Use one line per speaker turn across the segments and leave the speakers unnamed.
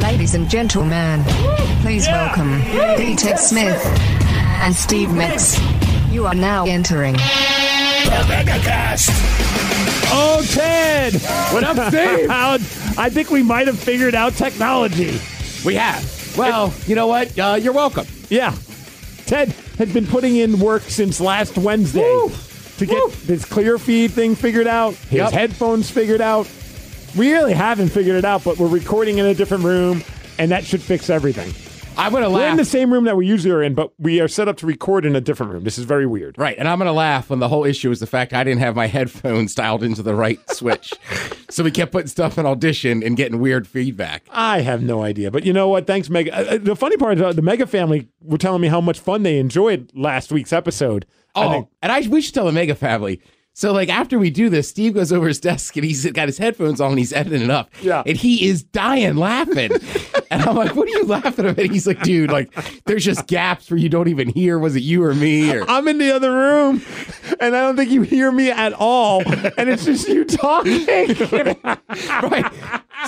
Ladies and gentlemen, please welcome D. Ted Smith and Steve Metz. You are now entering.
Oh, Ted!
What up, Steve?
How- I think we might have figured out technology.
we have. Well, you know what? Uh, you're welcome.
Yeah. Ted had been putting in work since last Wednesday
Woo!
to get
Woo!
his clear feed thing figured out, his
Yep.
headphones figured out. We really haven't figured it out, but we're recording in a different room, and that should fix everything.
I'm gonna
We're in
laugh.
the same room that we usually are in, but we are set up to record in a different room. This is very weird.
right, and I'm gonna laugh when the whole issue is the fact I didn't have my headphones dialed into the right switch, so we kept putting stuff in audition and getting weird feedback.
I have no idea, but you know what? Thanks, Mega. uh, Uh, the funny part is uh, the Mega family were telling me how much fun they enjoyed last week's episode. I
Oh,
think-
and I we should tell the Mega family. So, like after we do this, Steve goes over his desk and he's got his headphones on. and He's editing it up.
Yeah.
and he is dying laughing. and I'm like, "What are you laughing at?" And he's like, "Dude, like there's just gaps where you don't even hear. Was it you or me?" Or
I'm in the other room, and I don't think you hear me at all. And it's just you talking.
right.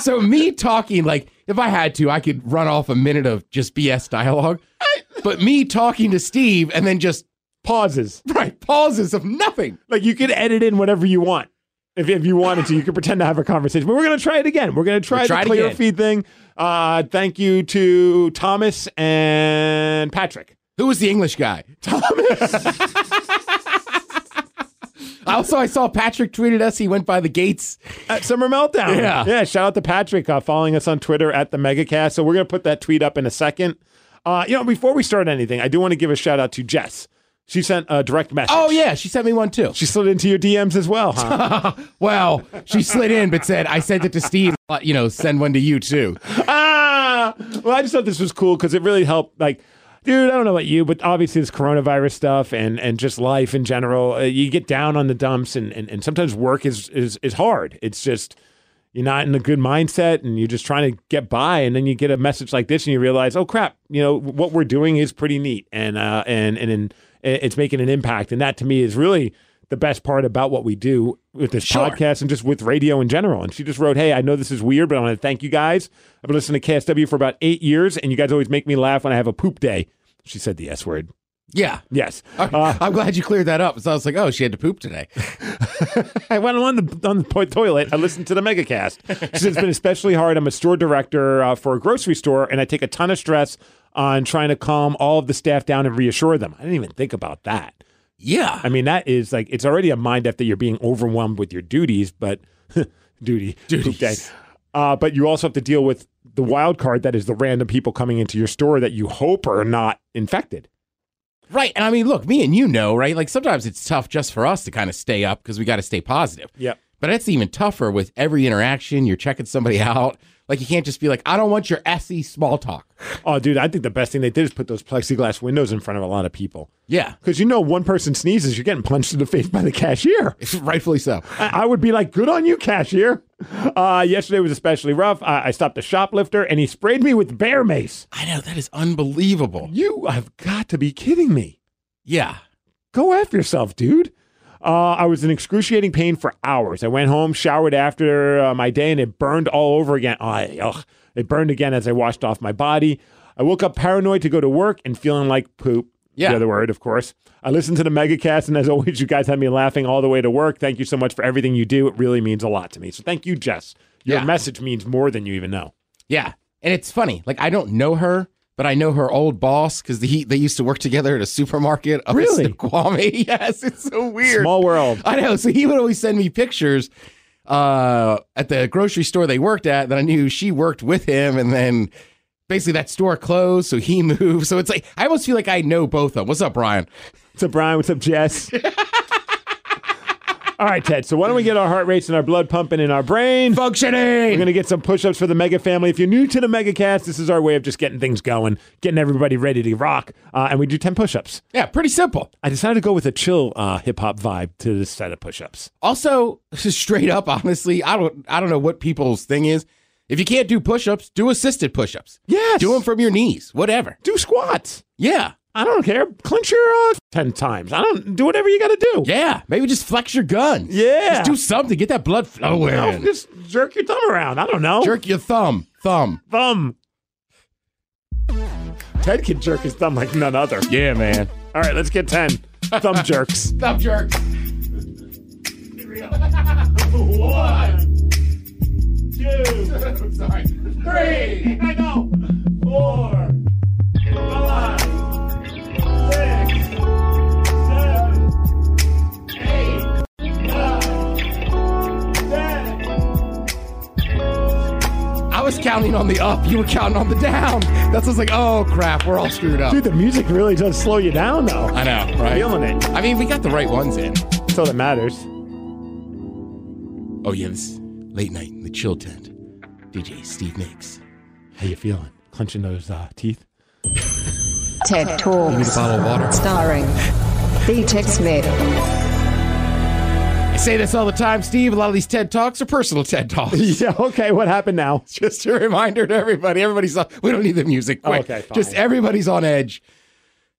So me talking, like if I had to, I could run off a minute of just BS dialogue. But me talking to Steve and then just
Pauses.
right pauses of nothing.
Like you could edit in whatever you want. If, if you wanted to, you could pretend to have a conversation. But we're going to try it again. We're going to try
We'll try
the
it
clear
again.
feed thing. Uh, thank you to Thomas and Patrick.
Who was the English guy? Thomas. also, I saw Patrick tweeted us. He went by the gates.
at Summer Meltdown.
Yeah.
Yeah. Shout out to Patrick uh, following us on Twitter at the Megacast. So we're going to put that tweet up in a second. Uh, you know, before we start anything, I do want to give a shout out to Jess. She sent a direct message.
Oh yeah, she sent me one too.
She slid into your DMs as well, huh?
Well, she slid in but said, "I sent it to Steve. Uh, You know, send one to you too."
ah! Well, I just thought this was cool because it really helped. Like, dude, I don't know about you, but obviously this coronavirus stuff and, and just life in general, uh, you get down on the dumps and, and, and sometimes work is, is, is hard. It's just, you're not in a good mindset and you're just trying to get by and then you get a message like this and you realize oh crap you know what we're doing is pretty neat and uh and and, and it's making an impact and that to me is really the best part about what we do with this
Sure.
podcast and just with radio in general and she just wrote hey i know this is weird but i want to thank you guys i've been listening to ksw for about eight years and you guys always make me laugh when i have a poop day she said the s word
Yeah.
yes uh,
I'm glad you cleared that up. So I was like, "Oh, she had to poop today."
I went on the on the po- toilet. I listened to the MegaCast. She said it's been especially hard. I'm a store director uh, for a grocery store, and I take a ton of stress on trying to calm all of the staff down and reassure them. I didn't even think about that.
Yeah.
I mean, that is like it's already a mind f that you're being overwhelmed with your duties, but duty duty day. Uh, but you also have to deal with the wild card that is the random people coming into your store that you hope are not infected.
Right. And I mean, look, me and you know, right? Like sometimes it's tough just for us to kind of stay up because we got to stay positive.
Yep.
But it's even tougher with every interaction. You're checking somebody out. Like you can't just be like, I don't want your SE small talk.
Oh, dude, I think the best thing they did is put those plexiglass windows in front of a lot of people.
Yeah.
Because you know, one person sneezes, you're getting punched in the face by the cashier.
Rightfully so.
I I would be like, good on you, cashier. Uh, yesterday was especially rough. I, I stopped a shoplifter and he sprayed me with bear mace.
I know. That is unbelievable.
You have got to be kidding me.
Yeah.
Go F yourself, dude. Uh, I was in excruciating pain for hours. I went home, showered after uh, my day, and it burned all over again. I, ugh, it burned again as I washed off my body. I woke up paranoid to go to work and feeling like poop.
Yeah.
The other word, of course. I listened to the megacast, and as always, you guys had me laughing all the way to work. Thank you so much for everything you do. It really means a lot to me. So thank you, Jess. Your
Yeah.
message means more than you even know.
Yeah. And it's funny. Like I don't know her, but I know her old boss because he, they used to work together at a supermarket up
Really?
in Snoqualmie. yes. It's so weird.
Small world.
I know. So he would always send me pictures uh, at the grocery store they worked at that I knew she worked with him. And then basically that store closed. So he moved. So it's like, I almost feel like I know both of them. What's up, Brian?
What's up, Brian? What's up, Jess? All right, Ted. So why don't we get our heart rates and our blood pumping in our brain? We're
Functioning.
going to get some push ups for the Mega family. If you're new to the Mega Cast, this is our way of just getting things going, getting everybody ready to rock. Uh, and we do 10 push ups.
Yeah, pretty simple.
I decided to go with a chill uh, hip hop vibe to this set of push ups.
Also, straight up, honestly, I don't, I don't know what people's thing is. If you can't do push-ups, do assisted push-ups.
Yes.
Do them from your knees, whatever.
Do squats.
Yeah,
I don't care. Clench your uh, 10 times. I don't do whatever you got to do.
yeah. Maybe just flex your guns.
Yeah.
Just do something. Get that blood
You know,
flowing.
just jerk your thumb around. I don't know.
Jerk your thumb. Thumb.
thumb. Ted can jerk his thumb like none other.
Yeah, man.
All right, let's get 10. Thumb jerks.
Stop jerk. Sorry. Three.
I know. Four. Five. Six. Seven. Eight. Nine. Ten.
oh, I was counting on the up. You were counting on the down. That's what's like, oh crap, we're all screwed up.
Dude, the music really does slow you down, though.
I know, right?
Feeling it.
I mean, we got the right ones in.
That's all that matters.
Oh yeah, this is late night in the chill tent. DJ Steve Nicks.
How you feeling? Clenching those uh, teeth?
TED Talks.
Bottle of water.
Starring B-Tech Smith.
I say this all the time, Steve. A lot of these TED Talks are personal TED Talks.
Yeah, okay, what happened now?
Just a reminder to everybody. Everybody's on. We don't need the music.
Oh,
Quick.
okay, fine.
Just everybody's on edge.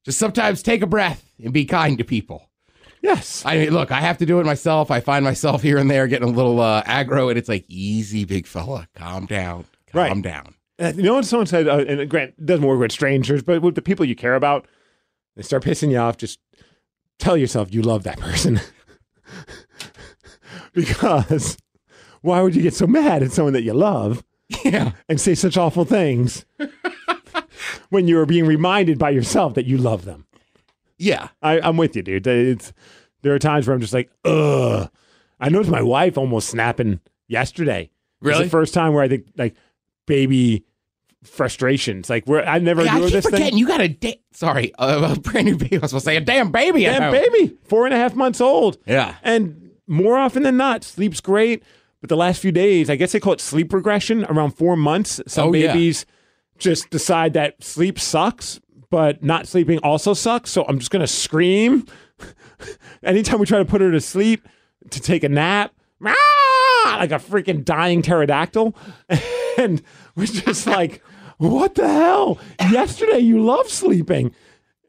Just sometimes take a breath and be kind to people.
Yes.
I mean, look, I have to do it myself. I find myself here and there getting a little uh, aggro, and it's like, easy, big fella, calm down, calm
Right.
down.
Uh, You know what someone said, uh, and Grant it doesn't work with strangers, but with the people you care about, they start pissing you off. Just tell yourself you love that person, because why would you get so mad at someone that you love
Yeah,
and say such awful things when you are being reminded by yourself that you love them?
yeah,
I, I'm with you, dude. It's there are times where I'm just like, ugh. I noticed my wife almost snapping yesterday. It was
Really?
the first time where I think like baby frustrations. Like where I never
yeah. I
knew
keep
this
forgetting
thing.
you got a da- sorry, uh, a brand new baby. I was supposed to say a damn baby. at
Damn
home.
baby, four and a half months old.
Yeah.
And more often than not, sleeps great. But the last few days, I guess they call it sleep regression. Around four months, some
Oh, yeah.
babies just decide that sleep sucks, but not sleeping also sucks. So I'm just gonna scream. Anytime we try to put her to sleep to take a nap, "Meow," like a freaking dying pterodactyl, and we're just like, what the hell? Yesterday you loved sleeping,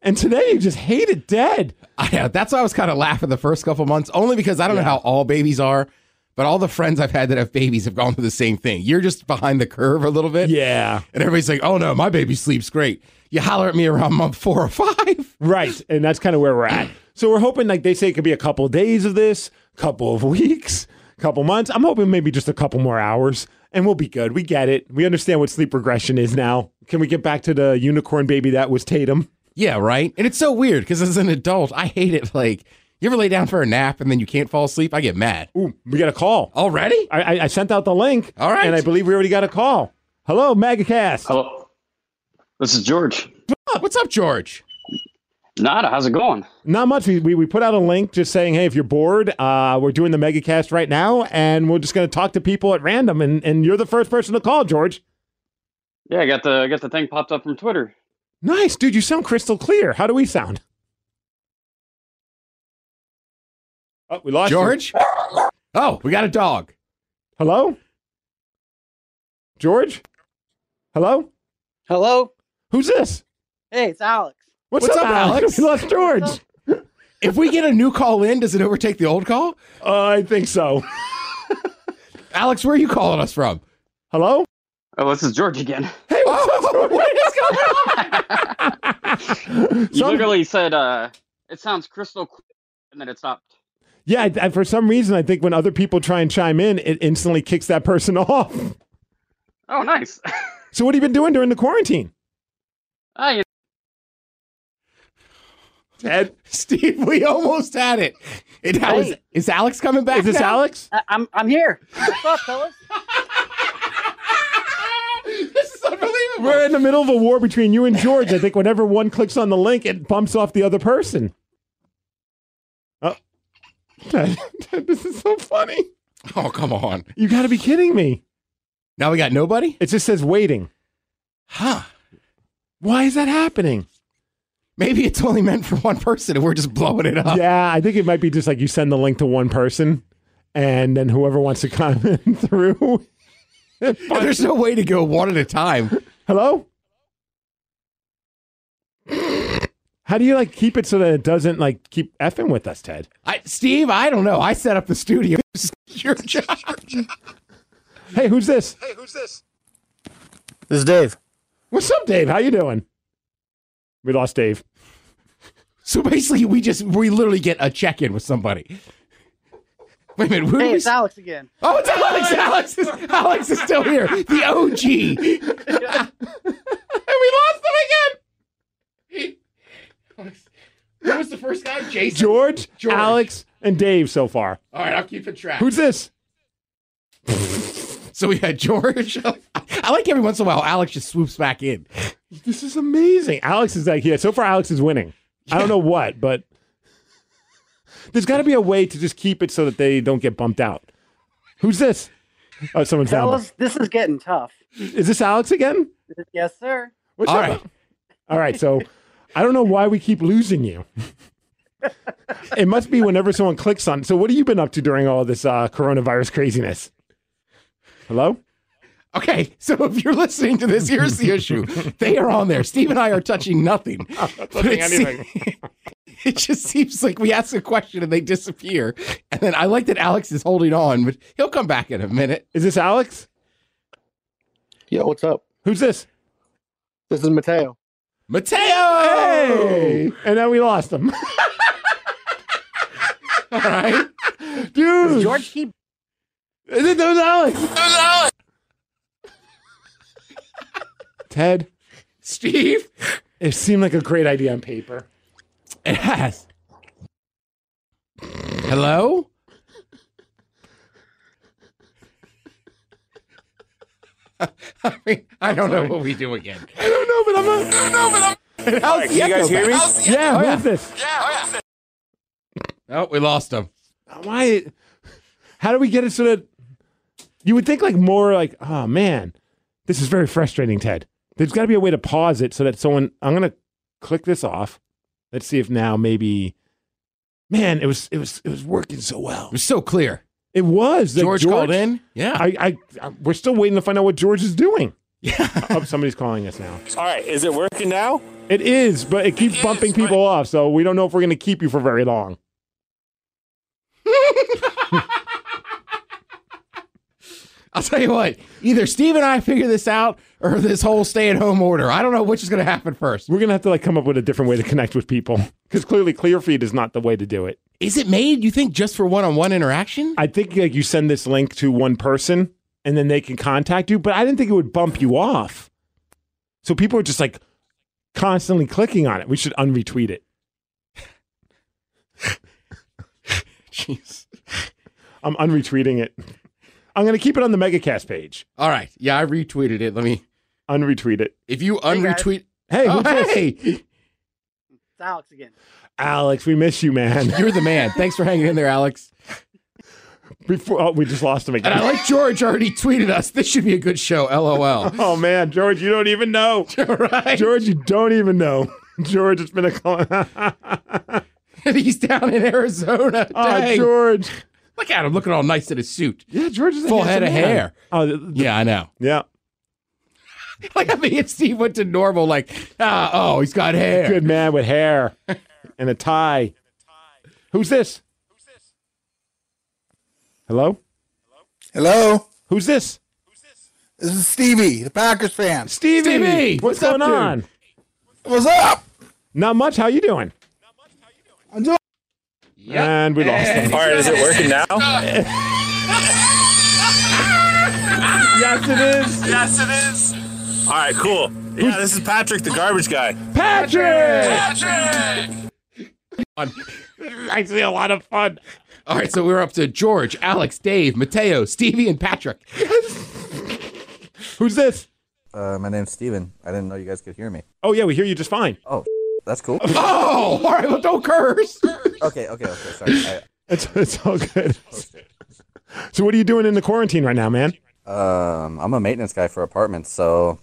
and today you just hate it dead.
I know. That's why I was kind of laughing the first couple months, only because I don't know how all babies are, but all the friends I've had that have babies have gone through the same thing. You're just behind the curve a little bit.
Yeah.
And everybody's like, oh no, my baby sleeps great. You holler at me around month four or five.
Right. And that's kind of where we're at. So we're hoping, like they say, it could be a couple of days of this, couple of weeks, couple months. I'm hoping maybe just a couple more hours and we'll be good. We get it. We understand what sleep regression is now. Can we get back to the unicorn baby that was Tatum?
Yeah, right. And it's so weird because as an adult, I hate it. Like, you ever lay down for a nap and then you can't fall asleep? I get mad.
Ooh, we got a call.
Already?
I, I, I sent out the link.
All right. Oh.
And I believe we already got a call. Hello, Magacast.
Hello. This is George.
What's up, George?
Nada, how's it going?
Not much. We, we, we put out a link just saying, hey, if you're bored, uh, we're doing the Megacast right now, and we're just going to talk to people at random. And, and you're the first person to call, George.
Yeah, I got the I got the thing popped up from Twitter.
Nice, dude. You sound crystal clear. How do we sound? Oh, we lost you.
George? Oh, we got a dog.
Hello, George. Hello,
Hello?
who's this?
Hey, it's Alex.
What's,
What's
up,
up, Alex?
We lost George.
If we get a new call in, does it overtake the old call?
Uh, I think so.
Alex, where are you calling us from?
Hello.
Oh, this is George again.
Hey, what's up, George?
You
Some-
literally said uh it sounds crystal clear and then it stopped.
yeah, I, I, for some reason, I think when other people try and chime in, it instantly kicks that person off.
Oh nice.
So, what have you been doing during the quarantine?
Ah, you
Ted,
Steve, we almost had it. It that was-
Hey.
is Alex coming back?
is this
now?
Alex?
I- I'm I'm here. What's up, fellas?
this is unbelievable.
We're in the middle of a war between you and George. I think whenever one clicks on the link, it bumps off the other person. Oh, this is so funny.
oh, come on.
You got to be kidding me.
Now we got nobody?
It just says waiting.
Huh.
Why is that happening?
Maybe it's only meant for one person and we're just blowing it up.
Yeah, I think it might be just like you send the link to one person and then whoever wants to comment through.
There's no way to go one at a time.
Hello? How do you like keep it so that it doesn't like keep effing with us, Ted?
I, Steve, I don't know. I set up the studio. This is your job.
Hey, who's this?
This is Dave.
What's up, Dave? How you doing? We lost Dave.
So basically, we just we literally get a check in with somebody. Wait a minute. Who do
Hey,
we
it's
s-
Alex again.
Oh, it's Alex. Alex is, Alex is still here. The OG. and we lost them again. Who was the first guy? Jason.
George,
George.
Alex, and Dave so far.
All right, I'll keep it track.
Who's this?
so we had George. I like every once in a while Alex just swoops back in.
This is amazing. Alex is like, yeah, so far Alex is winning. I don't know what, but there's got to be a way to just keep it so that they don't get bumped out. Who's this? Oh, someone's down.
Fellas, this is getting tough.
Is this Alex again?
Yes, sir.
What's
All
up?
right.
All right. So I don't know why we keep losing you. it must be whenever someone clicks on. So what have you been up to during all this uh, coronavirus craziness? Hello?
Okay, so if you're listening to this, here's the issue. They are on there. Steve and I are touching nothing. But it se- it just seems like we ask a question and they disappear. And then I like that Alex is holding on, but he'll come back in a minute.
Is this Alex?
Yo, what's up?
Who's this?
This is Mateo.
Mateo!
Hey! And then we lost him.
All right.
Dude.
George keep
Is it- that was Alex. Ted,
Steve?
it seemed like a great idea on paper.
It has. Hello? I mean, I don't know what we do again.
I don't know, but I'm not. I don't know, but I'm.
How's the
Can you
echo
guys hear me?
back?
Yeah,
Oh,
who
yeah.
is this?
Oh, we lost him.
why how do we get it so that you would think like more like oh man this is very frustrating ted there's got to be a way to pause it so that someone i'm gonna click this off let's see if now maybe man it was it was it was working so well
It was so clear.
it was like,
George, called in. Yeah.
I, I I we're still waiting to find out what george is doing
Yeah.
oh somebody's calling us now
All right, is it working now?
it is but it keeps bumping people off so we don't know if we're gonna keep you for very long
I'll tell you what. Either Steve and I figure this out, or this whole stay-at-home order. I don't know which is going to happen first.
we're gonna have to like come up with a different way to connect with people because clearly clearfeed is not the way to do it
Is it made? You think just for one-on-one interaction?
I think like you send this link to one person and then they can contact you, but I didn't think it would bump you off. So people are just like constantly clicking on it. We should unretweet it.
Jeez.
I'm unretweeting it. I'm going to keep it on the Megacast page.
All right. Yeah, I retweeted it. Let me.
Unretweet it.
If you
guys.
unretweet,
Hey,
Oh,
who's this?
hey,
it's Alex again.
Alex, we miss you, man.
you're the man. Thanks for hanging in there, Alex.
Before oh, we just lost him
And I
again.
like George already tweeted us. This should be a good show. LOL.
Oh man, George, you don't even know.
right.
George, you don't even know. George, it's been a Ah, call.
He's down in Arizona.
oh,
Dang.
George.
Look at him looking all nice in his suit.
Yeah, George is a
Full head
handsome
of
man.
hair.
Oh, th- th-
Yeah, I know.
yeah.
Like I mean, if Steve went to normal, like, ah, oh, he's got hair.
good man with hair and a tie. Who's this? Hello?
Hello,
Who's this?
this is Stevie, the Packers fan.
Stevie.
Stevie,
What's,
what's up,
going on?
dude?
What's up?
Not much. How you doing?
I'm doing.
And we lost him.
All right, is it working now?
yes, it is.
Yes, it is. All right, cool. Yeah, this is Patrick, the garbage guy.
Patrick.
On.
Actually, a lot of fun.
All right, so we're up to George, Alex, Dave, Mateo, Stevie, and Patrick.
Who's this?
Uh, my name's Steven. I didn't know you guys could hear me.
Oh, yeah, we hear you just fine.
That's cool.
Oh, all right, well, don't curse.
Okay, okay, okay. Sorry. I,
It's, it's all good. So, what are you doing in the quarantine right now, man?
um, I'm a maintenance guy for apartments, so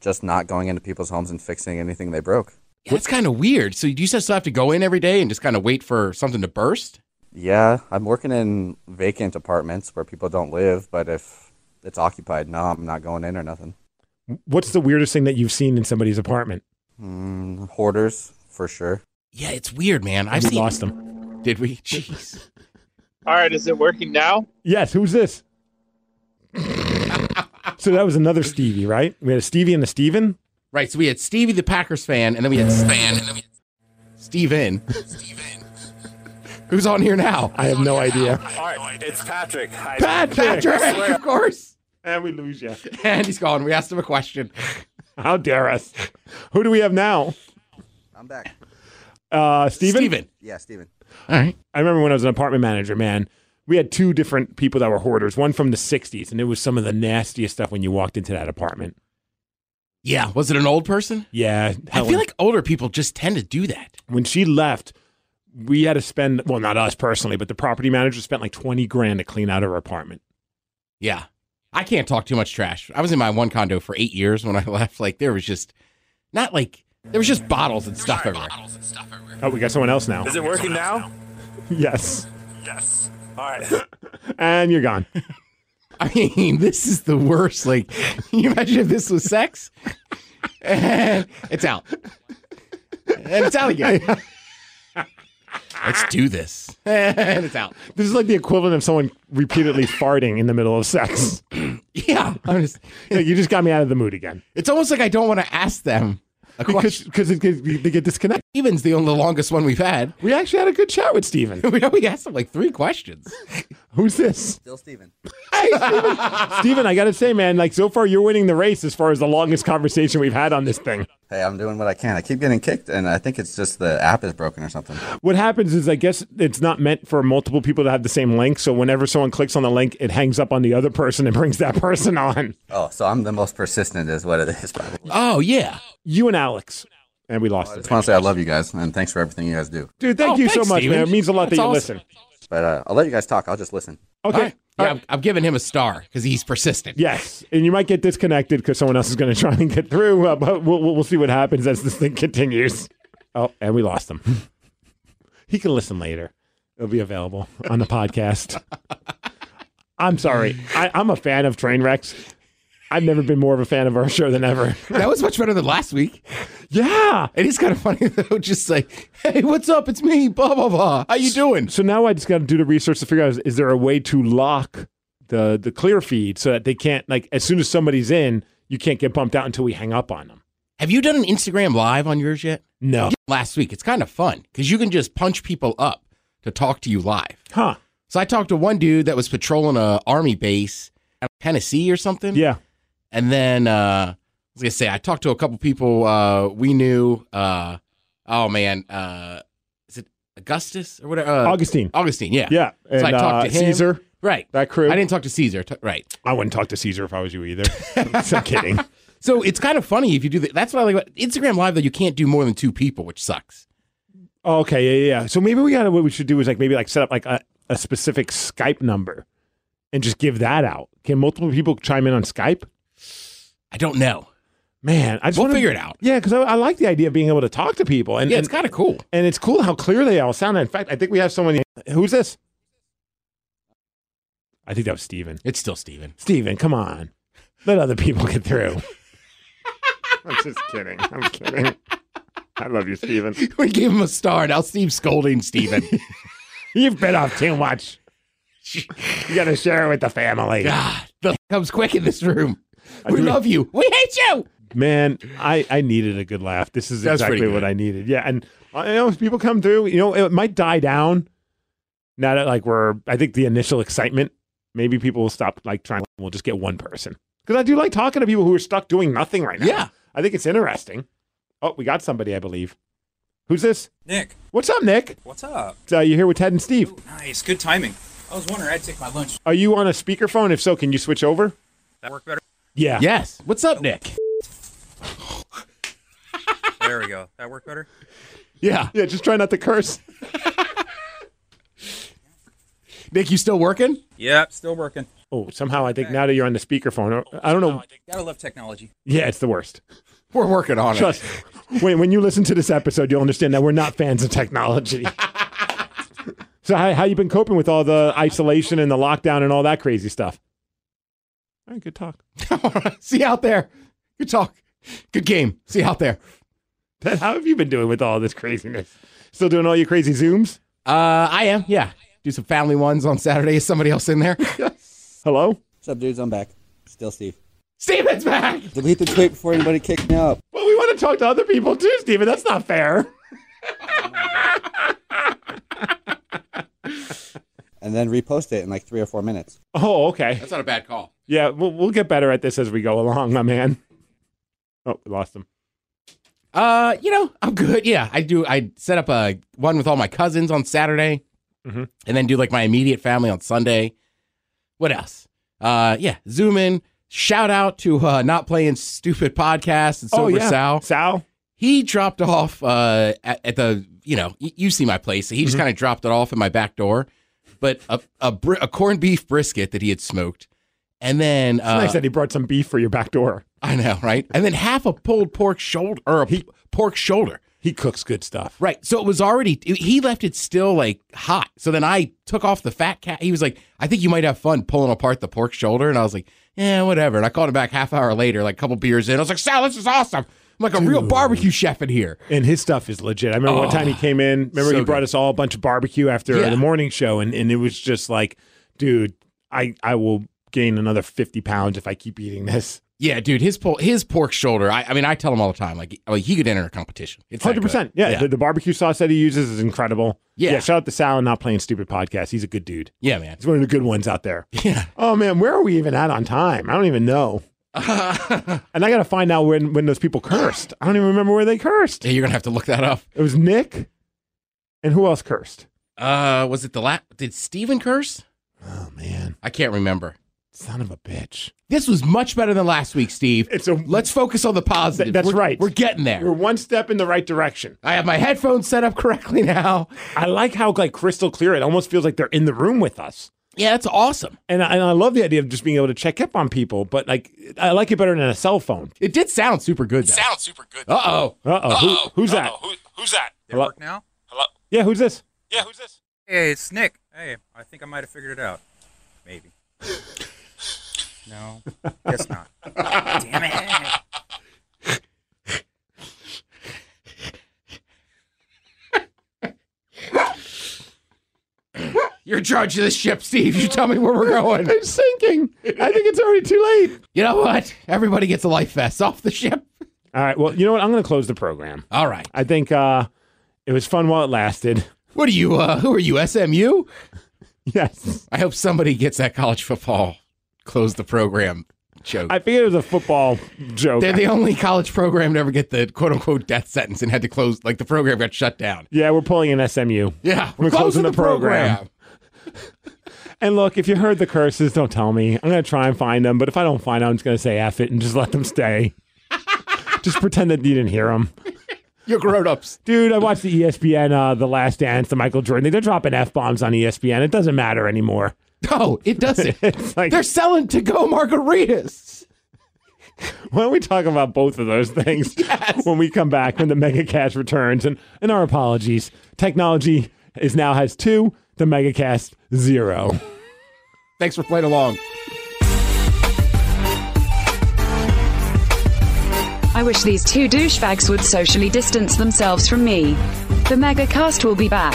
just not going into people's homes and fixing anything they broke.
Yeah, that's kind of weird. So do you just have to go in every day and just kind of wait for something to burst?
Yeah, I'm working in vacant apartments where people don't live, but if it's occupied, no, I'm not going in or nothing.
What's the weirdest thing that you've seen in somebody's apartment?
Mm, hoarders, for sure.
Yeah, it's weird, man. I've
we
seen.
lost them.
Did we? Jeez.
All right, is it working now?
Yes, who's this? so that was another Stevie, right? We had a Stevie and a Steven.
Right. So we had Stevie the Packers fan, and then we had fan, and then we had Steven. Steven. Who's on here now?
I have no idea.
All right, it's Patrick. Hi,
Patrick!
I swear.
Of course.
And we lose you.
And he's gone. We asked him a question.
How dare us? Who do we have now?
I'm back.
Uh, Steven?
Steven.
Yeah, Steven.
All right.
I remember when I was an apartment manager, man, we had two different people that were hoarders, one from the 60s, and it was some of the nastiest stuff when you walked into that apartment.
Yeah. Was it an old person?
Yeah. Helen.
I feel like older people just tend to do that.
when she left, we had to spend, well, not us personally, but the property manager spent like 20 grand to clean out her apartment.
Yeah. I can't talk too much trash. I was in my one condo for eight years when I left. Like there was just not like there was just bottles and stuff everywhere.
Oh, we got someone else now.
Is it working now?
Yes.
Yes. All right.
And you're gone.
I mean, this is the worst. Like, can you imagine if this was sex? and it's out. And it's out again. Let's do this. And it's out.
This is like the equivalent of someone repeatedly farting in the middle of sex.
Yeah. I'm just,
Like, you just got me out of the mood again.
it's almost like I don't want to ask them a
Because
question.
because it gets- they get disconnected.
Steven's the only longest one we've had.
We actually had a good chat with Steven.
We only asked him like three questions.
Who's this?
Still Steven.
Steven, I got to say, man, like so far you're winning the race as far as the longest conversation we've had on this thing.
Hey, I'm doing what I can. I keep getting kicked, and I think it's just the app is broken or something.
What happens is, I guess it's not meant for multiple people to have the same link. So whenever someone clicks on the link, it hangs up on the other person and brings that person on.
Oh, so I'm the most persistent, is what it is. Probably.
Oh, yeah.
You and Alex. And we lost
I
it.
just want to say I love you guys, and thanks for everything you guys do.
Dude, thank
Oh,
you
thanks,
so much, man.
Steven.
It means a lot
That's
that you
awesome.
listen.
But uh, I'll let you guys talk. I'll just listen.
Okay.
All right. Yeah, I'm, I'm giving him a star because he's persistent.
Yes, and you might get disconnected because someone else is going to try and get through, uh, but we'll, we'll we'll see what happens as this thing continues. Oh, and we lost him. he can listen later. It'll be available on the podcast. I'm sorry. I, I'm a fan of train wrecks. I've never been more of a fan of our show than ever.
That was much better than last week.
yeah.
It is kind of funny though, just like, hey, what's up? It's me, blah blah blah. How you doing?
So now I just got to do the research to figure out is, is there a way to lock the the clear feed so that they can't like as soon as somebody's in, you can't get bumped out until we hang up on them.
Have you done an Instagram live on yours yet?
No.
Last week, it's kind of fun because you can just punch people up to talk to you live.
Huh.
So I talked to one dude that was patrolling a army base in Tennessee or something.
Yeah.
And then uh, I was gonna say I talked to a couple people uh, we knew. Uh, oh man, uh, is it Augustus or whatever? Uh,
Augustine.
Augustine. Yeah.
Yeah, and
So I talked
uh,
to him.
Caesar,
Right.
that crew.
I didn't talk to Caesar. T- right.
I wouldn't talk to Caesar if I was you either. I'm kidding.
So it's kind of funny if you do that. That's what I like about Instagram Live, though. You can't do more than two people, which sucks.
Oh, okay, yeah, yeah. yeah. So maybe we gotta. What we should do is like maybe like set up like a, a specific Skype number, and just give that out. Can multiple people chime in on Skype?
I don't know.
Man, I just
We'll
wanna,
figure it out.
Yeah, because I, I like the idea of being able to talk to people, and
Yeah,
and,
it's kind of cool.
and it's cool how clear they all sound. In fact, I think we have someone. Who's this? I think that was Steven.
It's still Steven.
Steven, come on. Let other people get through. I'm just kidding. I'm kidding. I love you, Steven.
we gave him a star. Now Steve's scolding Steven.
You've been off too much. You gotta share it with the family.
God, the comes quick in this room. We
do.
love you. We hate you.
Man, I, I needed a good laugh. This is
That's
exactly
pretty
what
good.
I needed. Yeah, and uh, you know, if people come through, you know, it might die down. Now that like we're, I think the initial excitement, maybe people will stop like trying. We'll just get one person because I do like talking to people who are stuck doing nothing right now.
Yeah.
I think it's interesting. Oh, we got somebody, I believe. Who's this?
Nick,
What's up, Nick?
what's up?
Uh, you're here with Ted and Steve.
Nice, good timing. I was wondering, I'd take my lunch.
Are you on a speakerphone? If so, can you switch over?
That work better?
Yeah.
Yes. What's up, Nick?
There we go. That work better?
Yeah.
Yeah, just try not to curse.
Nick, you still working?
Yep, still working.
Oh, somehow I think now that you're on the speakerphone, or- I don't know.
Gotta love technology.
Yeah, it's the worst.
We're working on
Trust. when when you listen to this episode, you'll understand that we're not fans of technology. so how how you been coping with all the isolation and the lockdown and all that crazy stuff? All right, good talk.
it. See you out there. Good talk. Good game. See you out there.
Ted, how have you been doing with all this craziness? Still doing all your crazy zooms?
Uh, I am. Yeah. Do some family ones on Saturday. Is somebody else in there?
Hello.
What's up, dudes? I'm back. Still Steve.
Steven's back.
Delete the tweet before anybody kicks me out.
What
to talk to other people too, Steven. That's not fair.
and then repost it in like three or four minutes.
Oh, okay.
That's not a bad call.
Yeah, we'll, we'll get better at this as we go along, my man. Oh, we lost him.
Uh, you know, I'm good. Yeah, I do. I set up a one with all my cousins on Saturday,
Mhm.
and then do like my immediate family on Sunday. What else? Uh, yeah, zoom in. Shout out to uh, not playing stupid podcast and
Oh,
sober
yeah.
Sal.
Sal,
he dropped off uh, at, at the you know y- you see my place. He just
Mm-hmm.
kind of dropped it off at my back door, but a a, br- a corned beef brisket that he had smoked, and then
It's
uh,
nice that he brought some beef for your back door.
I know, right? And then half a pulled pork shoulder or a p- pork shoulder.
He cooks good stuff.
Right. So it was already it- he left it still like hot. So then I took off the fat cat. He was like, "I think you might have fun pulling apart the pork shoulder." And I was like, "Yeah, whatever." And I called him back half hour later, like a couple beers in. I was like, "Sal, this is awesome. I'm like a real barbecue chef in here."
And his stuff is legit. I remember one time he came in. Remember
so
he brought
good.
us all a bunch of barbecue after
Yeah.
the morning show, and, and it was just like, dude, I I will gain another fifty pounds if I keep eating this.
Yeah, dude, his pol- his pork shoulder. I, I mean, I tell him all the time, like, like he could enter a competition. It's that
Hundred
good.
percent. Yeah,
yeah,
The, the barbecue sauce that he uses is incredible.
Yeah.
Shout out to Sal and not playing stupid podcast. He's a good dude.
Yeah, man.
He's one of the good ones out there.
Yeah.
Oh man, where are we even at on time? I don't even know. and I got to find out when when those people cursed. I don't even remember where they cursed.
Yeah, you're gonna have to look that up.
It was Nick, and who else cursed?
Uh, was it the last? Did Steven curse?
Oh man,
I can't remember.
son of a bitch.
This was much better than last week, Steve.
It's a
Let's focus on the positive.
that's
We're-
right.
We're getting there.
We're one step in the right direction.
I have my headphones set up correctly now.
I like how like crystal clear. It almost feels like they're in the room with us.
Yeah, that's awesome.
And I, and I love the idea of just being able to check up on people, but like I like it better than a cell phone.
It did sound super good. Though.
Sounds super good.
Uh oh.
Uh oh, who, who's that?
Who, who's that?
Did it
Hello?
work now?
Yeah, who's this?
Yeah, who's this?
Hey, it's Nick. Hey, I think I might have figured it out. Maybe. no, guess not. Damn it.
You're in charge of this ship, Steve. You tell me where we're going.
It's sinking. I think it's already too late.
You know what? Everybody gets a life vest off the ship.
All right. Well, you know what? I'm going to close the program.
All right.
I think uh, it was fun while it lasted.
What are you? Uh, who are you? SMU?
Yes.
I hope somebody gets that college football close the program joke.
I figured it was a football joke.
They're the only college program to ever get the quote unquote death sentence and had to close. Like the program got shut down.
yeah, we're pulling an SMU.
Yeah,
We're closing the program. And look, if you heard the curses, don't tell me. I'm going to try and find them, but if I don't find them, I'm just going to say F it and just let them stay. just pretend that you didn't hear them.
You're grown ups.
Dude, I watched the ESPN uh, The Last Dance, the Michael Jordan. thing. They're dropping F bombs on E ESPN. It doesn't matter anymore.
No, it doesn't.
It's like-
They're selling to go margaritas.
Why don't we talk about both of those things when we come back when the mega cast returns? And and our apologies. Technology is now has two, the mega cast zero.
Thanks for playing along.
I wish these two douchebags would socially distance themselves from me. The megacast will be back.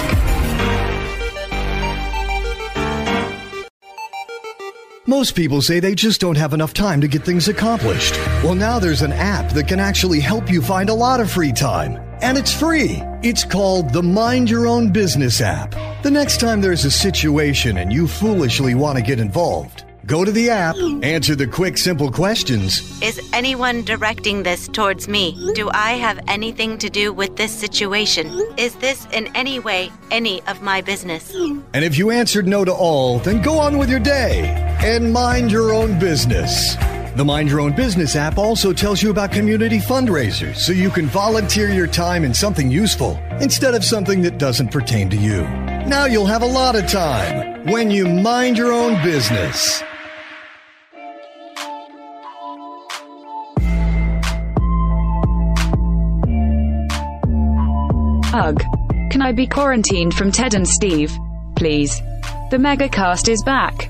Most people say they just don't have enough time to get things accomplished. Well, now there's an app that can actually help you find a lot of free time. And it's free. It's called the Mind Your Own Business app. The next time there's a situation and you foolishly want to get involved, go to the app, answer the quick, simple questions,
Is anyone directing this towards me? Do I have anything to do with this situation? Is this in any way any of my business?
and if you answered no to all, then go on with your day and mind your own business. The Mind Your Own Business app also tells you about community fundraisers so you can volunteer your time in something useful instead of something that doesn't pertain to you. Now you'll have a lot of time when you mind your own business.
Ugh. Can I be quarantined from Ted and Steve? Please. The megacast is back.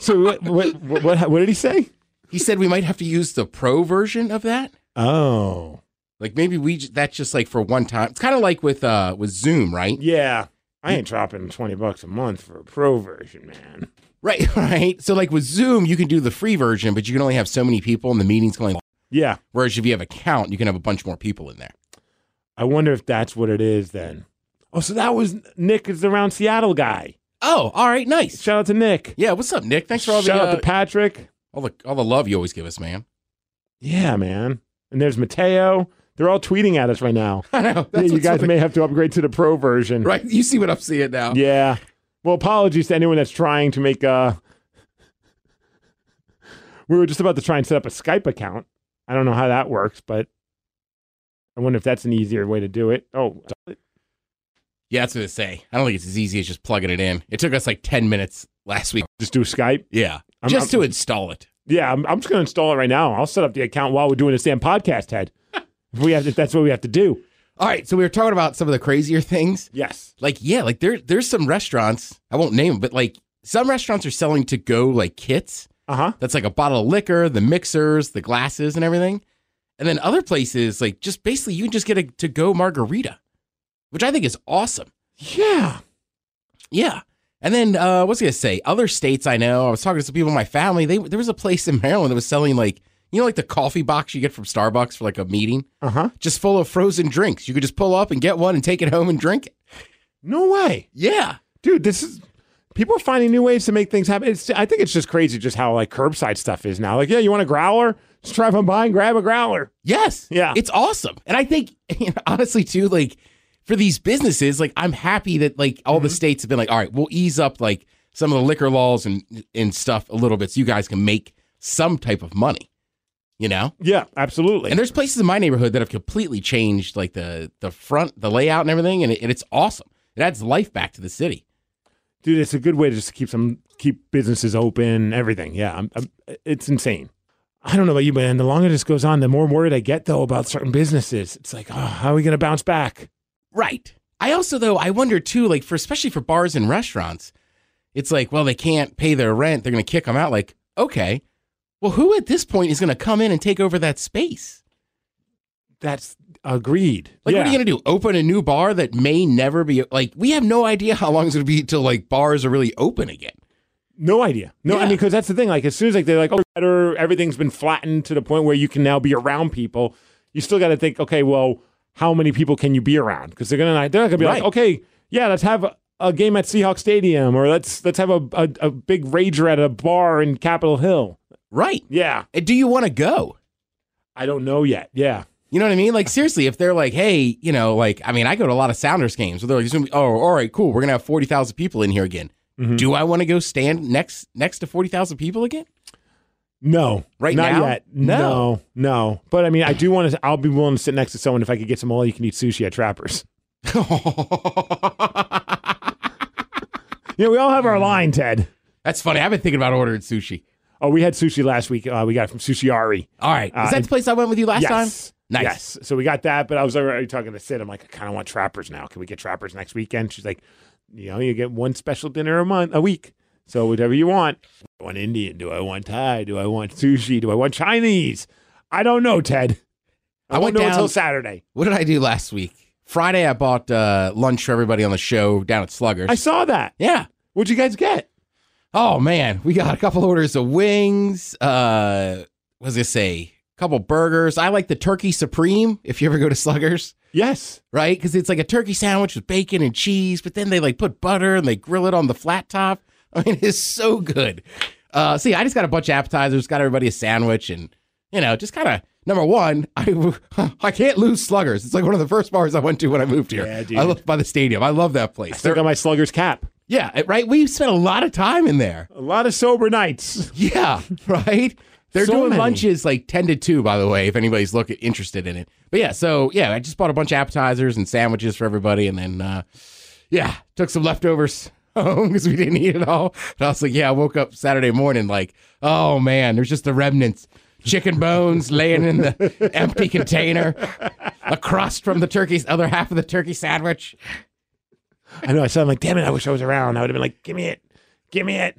So what what what, what did he say?
He said we might have to use the pro version of that.
Oh.
Like maybe we j- that's just like for one time. It's kind of like with uh with Zoom, right?
Yeah, I ain't dropping twenty bucks a month for a pro version, man.
Right, right. So like with Zoom, you can do the free version, but you can only have so many people, and the meeting's going.
Yeah.
Whereas if you have a count, you can have a bunch more people in there.
I wonder if that's what it is then. Oh, so that was Nick is the round Seattle guy.
Oh, all right, nice.
Shout out to Nick.
Yeah, what's up, Nick? Thanks for all the
Shout out
uh,
to Patrick.
all the all the love you always give us, man.
Yeah, man. And there's Mateo. They're all tweeting at us right now.
I know.
Yeah,
That's
you
what's
guys
funny.
may have to upgrade to the pro version.
Right, you see what I'm seeing now.
Yeah. Well, apologies to anyone that's trying to make uh We were just about to try and set up a Skype account. I don't know how that works, but I wonder if that's an easier way to do it. Oh,
Yeah, that's what they say. I don't think it's as easy as just plugging it in. It took us like ten minutes last week.
Just do Skype.
Yeah,
I'm-
just
I'm-
to install it.
yeah, I'm, I'm just going to install it right now. I'll set up the account while we're doing this damn podcast, Ted. If we have if that's what we have to do.
All right, so we were talking about some of the crazier things.
Yes.
Like yeah, like there there's some restaurants, I won't name them, but like some restaurants are selling to go like kits.
Uh-huh.
That's like a bottle of liquor, the mixers, the glasses and everything. And then other places like just basically you can just get a to go margarita, which I think is awesome.
Yeah.
Yeah. And then uh, what was I gonna say? Other states I know. I was talking to some people in my family. They there was a place in Maryland that was selling like you know like the coffee box you get from Starbucks for like a meeting,
uh huh,
just full of frozen drinks. You could just pull up and get one and take it home and drink it.
No way.
Yeah.
Dude, this is people are finding new ways to make things happen. It's I think it's just crazy just how like curbside stuff is now. Like, yeah, you want a growler? Just drive on by and grab a growler.
Yes.
Yeah.
It's awesome. And I think you know, honestly too, like for these businesses, like I'm happy that like all the states have been like, all right, we'll ease up like some of the liquor laws and and stuff a little bit so you guys can make some type of money. You know?
Yeah, absolutely.
And there's places in my neighborhood that have completely changed like the the front, the layout and everything, and, it, and it's awesome. It adds life back to the city.
Dude, it's a good way to just keep some keep businesses open, everything. Yeah, I'm, I'm, it's insane. I don't know about you, man. The longer this goes on, the more worried I get though about certain businesses. It's like, oh, how are we gonna bounce back?
Right. I also though I wonder too, like for especially for bars and restaurants, it's like, well, they can't pay their rent, they're gonna kick them out. Like, okay, well, who at this point is gonna come in and take over that space?
That's agreed.
Like, what are
Yeah.
you gonna do? Open a new bar that may never be like we have no idea how long it's gonna be till like bars are really open again.
No idea. No, I mean, because that's the thing. Like, as soon as like they're like, oh, better, everything's been flattened to the point where you can now be around people. You still got to think, okay, well, how many people can you be around? Because they're gonna they're not gonna be
Right.
like, okay, yeah, let's have a, a game at Seahawk Stadium, or let's let's have a, a a big rager at a bar in Capitol Hill.
Right.
Yeah.
And do you want to go?
I don't know yet. Yeah.
You know what I mean? Like seriously, if they're like, hey, you know, like I mean, I go to a lot of Sounders games where they're like, it's gonna be- oh, all right, cool, we're gonna have forty thousand people in here again. Do I want to go stand next next to forty thousand people again?
No,
Right
not
now?
yet.
No.
no, no. But I mean, I do want to. I'll be willing to sit next to someone if I could get some all-you-can-eat sushi at Trappers. yeah, we all have our line, Ted.
That's funny. I've been thinking about ordering sushi.
Oh, we had sushi last week. Uh, we got it from Sushiari.
All right, is that the place I went with you last
Uh, yes.
time? Nice.
Yes. So we got that, but I was already talking to Sid. I'm like, I kind of want Trappers now. Can we get Trappers next weekend? She's like, you know, you get one special dinner a month, a week. So whatever you want. Do I want Indian? Do I want Thai? Do I want sushi? Do I want Chinese? I don't know, Ted. I, won't
went
know
down-
until Saturday.
What did I do last week? Friday, I bought uh, lunch for everybody on the show down at Sluggers.
I saw that.
Yeah.
What'd you guys get?
Oh man, we got a couple orders of wings. Uh, what does it say? A couple burgers. I like the turkey supreme. If you ever go to Sluggers,
yes,
right, because it's like a turkey sandwich with bacon and cheese, but then they like put butter and they grill it on the flat top. I mean, it's so good. Uh, see, I just got a bunch of appetizers, got everybody a sandwich, and you know, just kind of number one, I I can't lose Sluggers. It's like one of the first bars I went to when I moved here.
Yeah, dude.
I live by the stadium. I love that place.
Still got my Sluggers cap.
Yeah, right. We spent a lot of time in there.
A lot of sober nights.
Yeah, right. They're
So
doing
many.
lunches like ten to two, by the way. If anybody's looking interested in it, but yeah. So yeah, I just bought a bunch of appetizers and sandwiches for everybody, and then uh, yeah, took some leftovers home because we didn't eat it all. And I was like, yeah, I woke up Saturday morning like, oh man, there's just the remnants, chicken bones laying in the empty container, a crust from the turkey's other half of the turkey sandwich.
I know. I saw. I'm like, damn it! I wish I was around. I would have been like, give me it, give me it.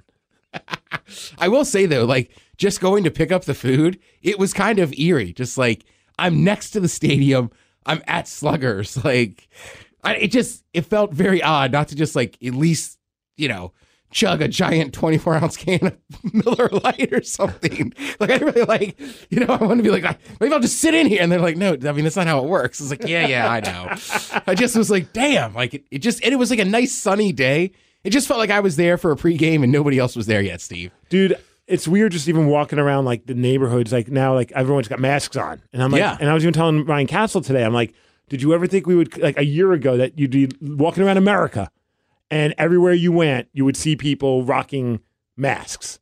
I will say though, like just going to pick up the food, it was kind of eerie. Just like I'm next to the stadium. I'm at Sluggers. Like, I, it just it felt very odd not to just like at least you know chug a giant 24 ounce can of Miller Lite or something. Like I really like you know I want to be like I- maybe I'll just sit in here and they're like no I mean that's not how it works. It's like yeah yeah I know. I just was like damn like it, it just and it was like a nice sunny day. It just felt like I was there for a pregame and nobody else was there yet, Steve.
dude. It's weird just even walking around like the neighborhoods. Like now, like everyone's got masks on, and I'm like,
Yeah.
and I was even telling Ryan Castle today, I'm like, did you ever think we would like a year ago that you'd be walking around America, and everywhere you went, you would see people rocking masks.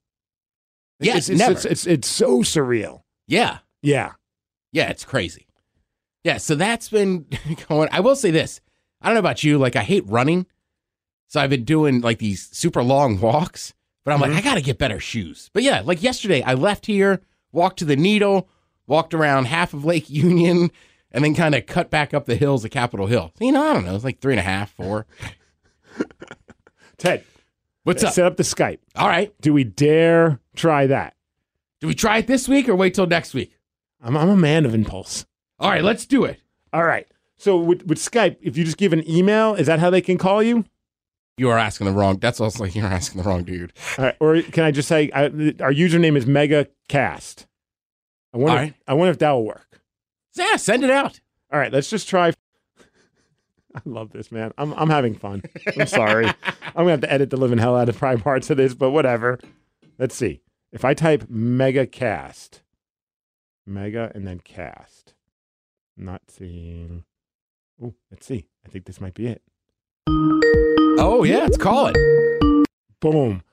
Yeah,
it's, it's,
never.
it's, it's it's so surreal.
Yeah.
Yeah.
Yeah, it's crazy. Yeah, so that's been going. I will say this. I don't know about you, like I hate running. So I've been doing like these super long walks, but I'm
Mm-hmm.
like, I gotta get better shoes. But yeah, like yesterday, I left here, walked to the needle, walked around half of Lake Union, and then kind of cut back up the hills of Capitol Hill. So, you know, I don't know, it's like three and a half, four.
Ted,
what's up?
Set up the Skype.
All right.
Do we dare try that?
Do we try it this week or wait till next week?
I'm, I'm a man of impulse.
All right, let's do it.
All right. So with, with Skype, if you just give an email, is that how they can call you?
You are asking the wrong. That's also like you're asking the wrong dude.
All right. Or can I just say I, our username is MegaCast? I wonder.
All
if-
right.
I wonder if that will work.
Yeah, send it out.
All right. Let's just try. I love this, man. I'm I'm having fun. I'm sorry. I'm gonna have to edit the living hell out of prime parts of this, but whatever. Let's see. If I type MegaCast, Mega and then Cast, not seeing. Oh, let's see. I think this might be it.
Oh yeah, let's call it.
Boom.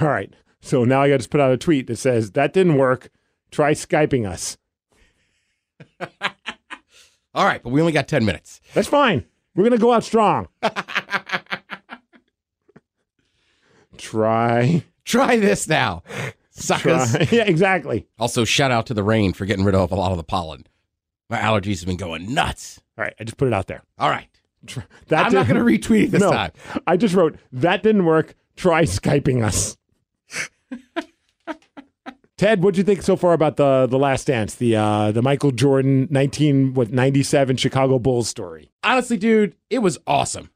All right. So now I got to just put out a tweet that says that didn't work. Try skyping us.
All right, but we only got ten minutes.
That's fine. We're gonna go out strong. Try.
Try this now, suckers.
Try. Yeah, exactly.
Also, shout out to the rain for getting rid of a lot of the pollen. My allergies have been going nuts.
All right, I just put it out there.
All right.
That
I'm not
didn't-
gonna retweet it this
No.
time.
I just wrote that didn't work. Try skyping us. Ted, what'd you think so far about the the Last Dance, the uh, the Michael Jordan nineteen what ninety seven Chicago Bulls story?
Honestly, dude, it was awesome.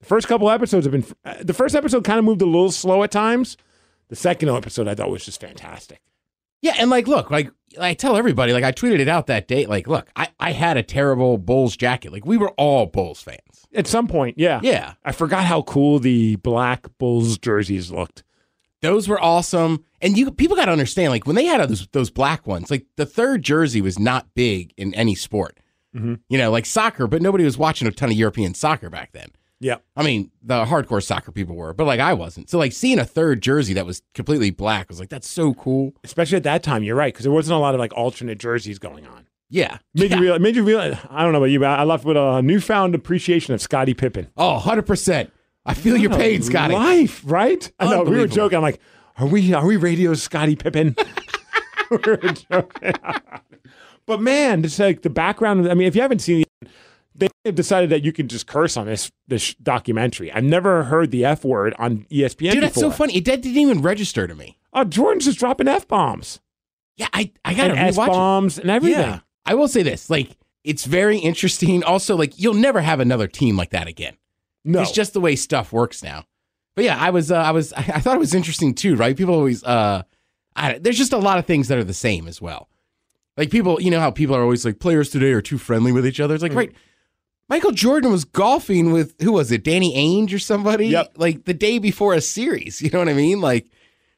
The first couple episodes have been. uh, The first episode kind of moved a little slow at times. The second episode I thought was just fantastic.
Yeah, and like, look, like I tell everybody, like I tweeted it out that day. Like, look, I, I had a terrible Bulls jacket. Like we were all Bulls fans.
At some point, yeah,
Yeah.
I forgot how cool the black Bulls jerseys looked.
Those were awesome. And you people got to understand, like when they had those those black ones, like the third jersey was not big in any sport. You know, like soccer, but nobody was watching a ton of European soccer back then.
Yeah,
I mean, the hardcore soccer people were, but like I wasn't. So like seeing a third jersey that was completely black was like that's so cool.
especially at that time, you're right because there wasn't a lot of like alternate jerseys going on.
Yeah.
Made you realize, made you realize, I don't know about you, but I left with a newfound appreciation of Scottie Pippen.
Oh, 100%. I feel your
What a
pain, Scotty.
Life, right? I know we were
Unbelievable.
joking. I'm like, are we are we radio Scottie Pippen? we were joking. but man, it's like the background. I mean, if you haven't seen it, they have decided that you can just curse on this this documentary. I've never heard the F word on E ESPN
Dude, that's so
before.
funny. It did- didn't even register to me.
Oh, Jordan's just dropping F bombs.
Yeah, I, I got to
And
rewatch
S-bombs
it.
and everything.
Yeah. I will say this, like it's very interesting. Also, like you'll never have another team like that again.
No.
It's just the way stuff works now. But yeah, I was, uh, I was, I I thought it was interesting too, right? People always, uh, I, there's just a lot of things that are the same as well. Like people, you know how people are always like, players today are too friendly with each other. It's like, right. Michael Jordan was golfing with who was it, Danny Ainge or somebody? Yep. Like the day before a series. You know what I mean? Like,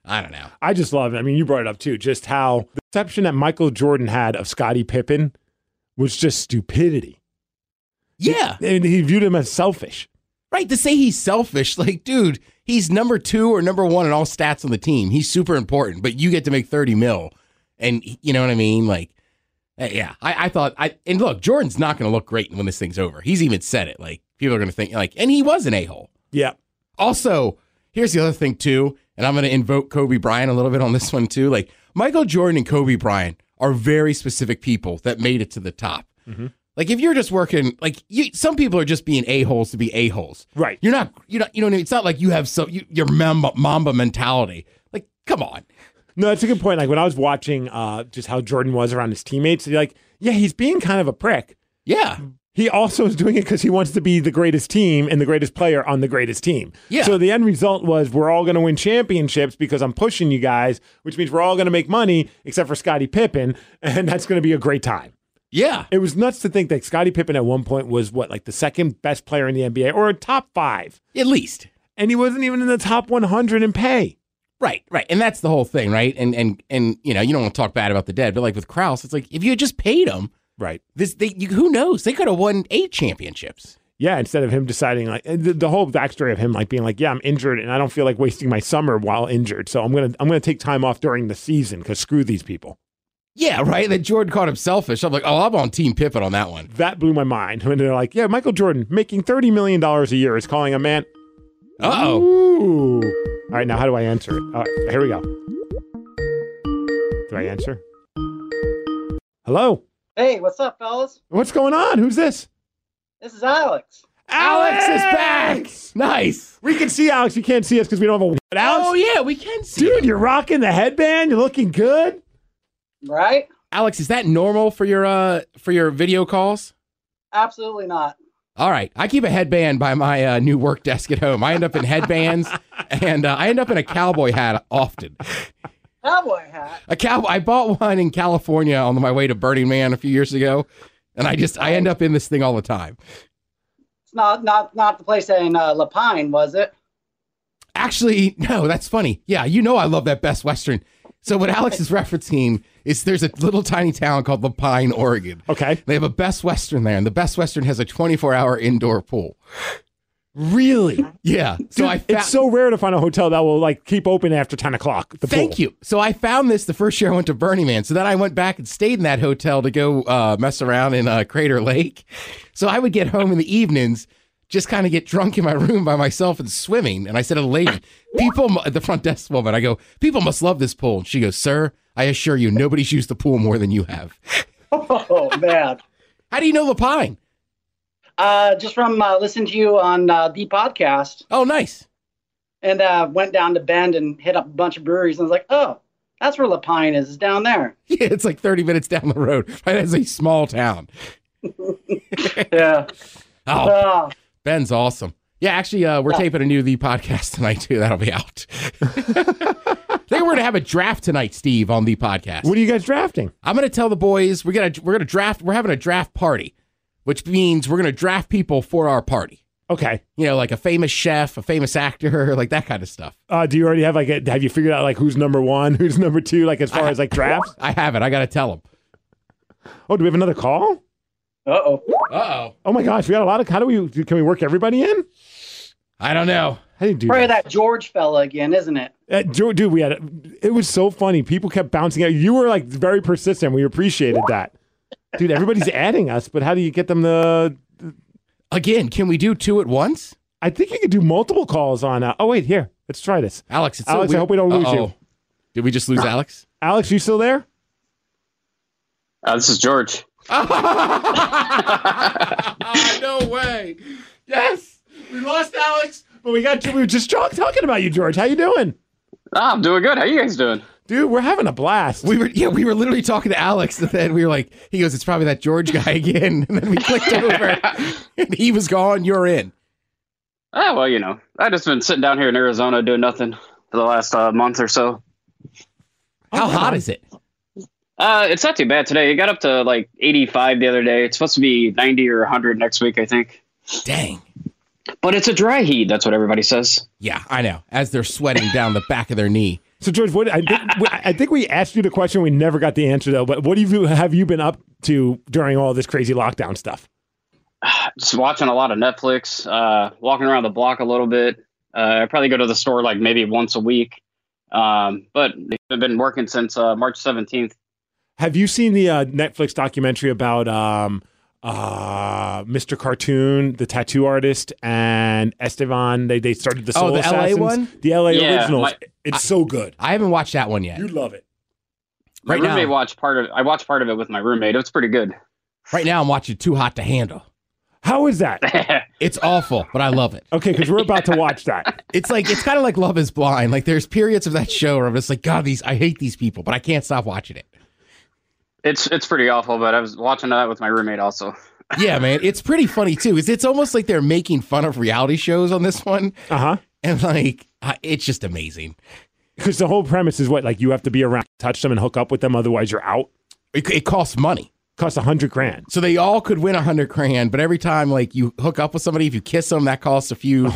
I don't know.
I just love it. I mean, you brought it up too, just how the perception that Michael Jordan had of Scottie Pippen was just stupidity.
Yeah.
And he viewed him as selfish.
Right. To say he's selfish, like, dude, he's number two or number one in all stats on the team. He's super important, but you get to make 30 mil. And he- you know what I mean? Like, eh, yeah, I, I thought, I and look, Jordan's not going to look great when this thing's over. He's even said it. Like, people are going to think, like, and he was an a hole.
Yeah.
Also, here's the other thing, too. And I'm going to invoke Kobe Bryant a little bit on this one, too. Like, Michael Jordan and Kobe Bryant are very specific people that made it to the top. Like if you're just working, like you, some people are just being a holes to be a holes.
Right.
You're not. You know. You know what I mean? It's not like you have some you, your mamba, mamba mentality. Like, come on.
No, that's a good point. Like when I was watching uh, just how Jordan was around his teammates, you're like, yeah, he's being kind of a prick.
Yeah.
He also is doing it because he wants to be the greatest team and the greatest player on the greatest team.
Yeah.
So the end result was we're all going to win championships because I'm pushing you guys, which means we're all going to make money except for Scottie Pippen, and that's going to be a great time.
Yeah.
It was nuts to think that Scottie Pippen at one point was what, like the second best player in the NBA or a top five
at least.
And he wasn't even in the top 100 in pay.
Right, right. And that's the whole thing, right? And and and you know, you don't want to talk bad about the dead, but like with Kraus, it's like if you had just paid him,
right?
This they you, who knows? They could have won eight championships.
Yeah, instead of him deciding like and the, the whole backstory of him like being like, yeah, I'm injured and I don't feel like wasting my summer while injured, so I'm gonna I'm gonna take time off during the season because screw these people.
Yeah, right. That Jordan called him selfish. I'm like, oh, I'm on Team Pippen on that one.
That blew my mind when they're like, yeah, Michael Jordan making thirty million dollars a year is calling a man.
Uh
oh. All right, now how do I answer it? All right, here we go. Do I answer? Hello.
Hey, what's up, fellas?
What's going on? Who's this?
This is Alex.
Alex is back. Nice.
We can see Alex. You can't see us because we don't have a. But Alex,
Oh yeah, we can see.
dude, you're rocking the headband. You're looking good.
Right?
Alex, is that normal for your uh for your video calls?
Absolutely not.
All right, I keep a headband by my uh, new work desk at home. I end up in headbands, and uh, I end up in a cowboy hat often.
Cowboy hat.
A cow. I bought one in California on my way to Burning Man a few years ago, and I just I end up in this thing all the time.
It's not not not the place in uh, Lapine, was it?
Actually, no, that's funny. Yeah, you know I love that Best Western. So what Alex is referencing is there's a little tiny town called Lapine, Oregon.
Okay.
They have a Best Western there, and the Best Western has a 24-hour indoor pool.
Really?
Yeah. So I fa-
it's so rare to find a hotel that will like keep open after ten o'clock. The
Thank
pool.
you. So I found this the first year I went to Burning Man. So then I went back and stayed in that hotel to go uh, mess around in uh, Crater Lake. So I would get home in the evenings, just kind of get drunk in my room by myself and swimming. And I said to the lady, people, mu- the front desk woman, I go, people must love this pool. And she goes, sir, I assure you, nobody's used the pool more than you have.
Oh man.
How do you know Lapine?
Uh, just from uh, listening to you on uh, the podcast.
Oh, nice.
And uh, went down to Bend and hit up a bunch of breweries and was like, oh, that's where Lapine is. It's down there.
Yeah, it's like 30 minutes down the road. Right? It's a small town.
yeah.
Oh,
Oh,
Ben's awesome. Yeah, actually, uh, we're
Yeah.
taping a new The Podcast tonight, too. That'll be out. I think we're going to have a draft tonight, Steve, on The Podcast.
What are you guys drafting?
I'm going to tell the boys we're going to we're going to draft. We're having a draft party, which means we're going to draft people for our party.
Okay.
You know, like a famous chef, a famous actor, like that kind of stuff.
Uh, do you already have like? A, have you figured out like who's number one, who's number two, like as far as like drafts?
I have it. I got to tell them.
Oh, do we have another call?
Uh-oh.
Uh oh.
Oh my gosh, we got a lot of. How do we? Can we work everybody in?
I don't know.
How do you do
Probably
that?
that George fella again, isn't it?
Uh, Ju- dude, we had it was so funny. People kept bouncing out. You were like very persistent. We appreciated that, dude. Everybody's adding us, but how do you get them to?
Again, can we do two at once?
I think you could do multiple calls on. Uh, oh wait, here, let's try this.
Alex, it's so
Alex, I
weird.
hope we don't lose
Uh-oh.
you. Ah.
Did we just lose Alex?
Alex, you still there?
Uh, this is George.
Ah,
no way. Yes.
We lost Alex, but we got. We were just talk- talking about you, George. How you doing,
Ah, I'm doing good. How you guys doing?
dude? We're having a blast.
We were yeah, we were literally talking to Alex and then we were like, he goes, It's probably that George guy again. And then we clicked over and he was gone, you're in.
Ah, well, you know, I just been sitting down here in Arizona doing nothing for the last uh, month or so.
Oh
How hot is it?
Uh, it's not too bad today. It got up to like 85 the other day. It's supposed to be 90 or 100 next week, I think.
Dang.
But it's a dry heat. That's what everybody says.
Yeah, I know. As they're sweating down the back of their knee.
So, George, what I think, we- I think we asked you the question. We never got the answer though. But what have you have you been up to during all this crazy lockdown stuff?
Just watching a lot of Netflix, uh, walking around the block a little bit. Uh, I probably go to the store like maybe once a week. Um, but I've been working since uh, March 17th.
Have you seen the uh, Netflix documentary about um, uh, Mr. Cartoon, the tattoo artist, and Esteban? They they started the Soul
Oh, the LA
Assassins,
one?
the LA
Yeah,
originals.
my-
it's so good.
I haven't watched that one yet.
You love it.
My
Right now.
roommate watched part of I watched part of it with my roommate. It was pretty good.
Right now I'm watching Too Hot to Handle.
How is that?
It's awful, but I love it.
Okay, because we're about to watch that.
It's like it's kind of like Love is Blind. Like there's periods of that show where I'm just like, God, these I hate these people, but I can't stop watching it.
It's it's pretty awful, but I was watching that with my roommate also.
yeah, man, it's pretty funny too. Is it's almost like they're making fun of reality shows on this one.
Uh huh.
And like, uh, it's just amazing.
Because the whole premise is what, like, you have to be around, touch them, and hook up with them, otherwise you're out.
It, it costs money.
Costs a hundred grand.
So they all could win a hundred grand, but every time like you hook up with somebody, if you kiss them, that costs a few,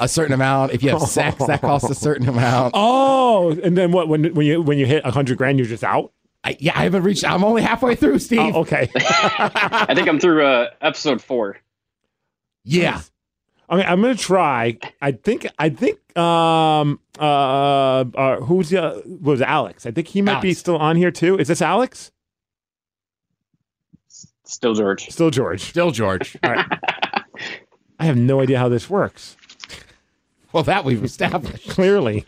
a certain amount. If you have sex, that costs a certain amount.
Oh, and then what? When when you when you hit a hundred grand, you're just out.
I, yeah, I haven't reached. I'm only halfway through, Steve.
Oh, okay.
I think I'm through uh, episode four.
Yeah.
I mean, I'm gonna try. I think. I think. Um. Uh. uh who's the? what was it, Alex? I think he might be still on here too. Is this Alex?
Still George.
Still George.
Still George.
All right. I have no idea how this works.
Well, that we've established
clearly.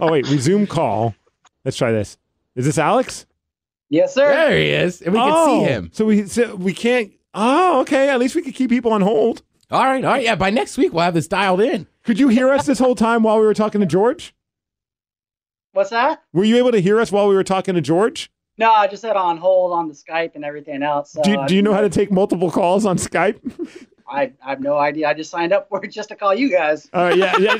oh wait, resume call. Let's try this. Is this Alex?
Yes, sir.
There he is, and we
oh,
can see him.
So we so we can't. Oh, okay. At least we could keep people on hold.
All right, all right. Yeah, by next week we'll have this dialed in.
Could you hear us this whole time while we were talking to George?
What's that?
Were you able to hear us while we were talking to George?
No, I just had on hold on the Skype and everything else. So
Uh,
Do you,
I-
do you know how to take multiple calls on Skype?
I, I have no idea. I just signed up for it just to call you guys.
All right, Uh, yeah,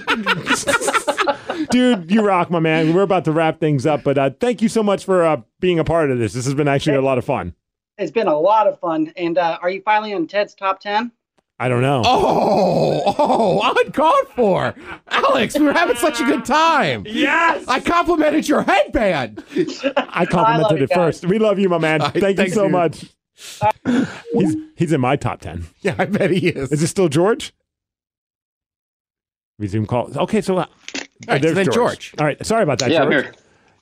yeah. dude, you rock, my man. We're about to wrap things up, but uh, thank you so much for uh, being a part of this. This has been actually a lot of fun.
It's been a lot of fun. And uh, are you finally on Ted's top ten?
I don't know.
Oh, oh, uncalled for. Alex, we were having such a good time.
Yes.
I complimented your headband.
I complimented it first. We love you, my man. Thank you
thanks,
so
dude.
much. he's he's in my top ten.
Yeah, I bet he is.
Is it still George? Resume call. Okay, so, uh,
right,
there's
so then George.
All right, sorry about that,
Yeah, I'm
George.
here.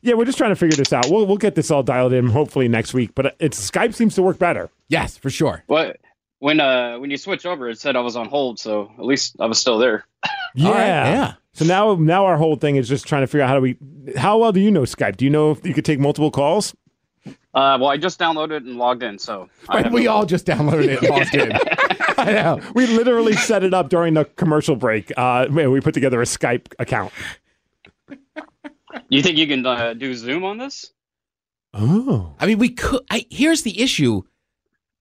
Yeah, we're just trying to figure this out. We'll we'll get this all dialed in hopefully next week. But it's Skype seems to work better.
Yes, for sure.
What when uh when you switch over, it said I was on hold, so at least I was still there.
Yeah,
right, yeah.
So now now our whole thing is just trying to figure out how do we how well do you know Skype? Do you know if you could take multiple calls?
Uh, well, I just downloaded and logged in, so I
Right,
have
we
no-
all just downloaded it and logged in. I know.
We literally set it up during the commercial break. Uh, we we put together a Skype account.
You think you can uh, do Zoom on this?
Oh,
I mean, we could. I, here's the issue.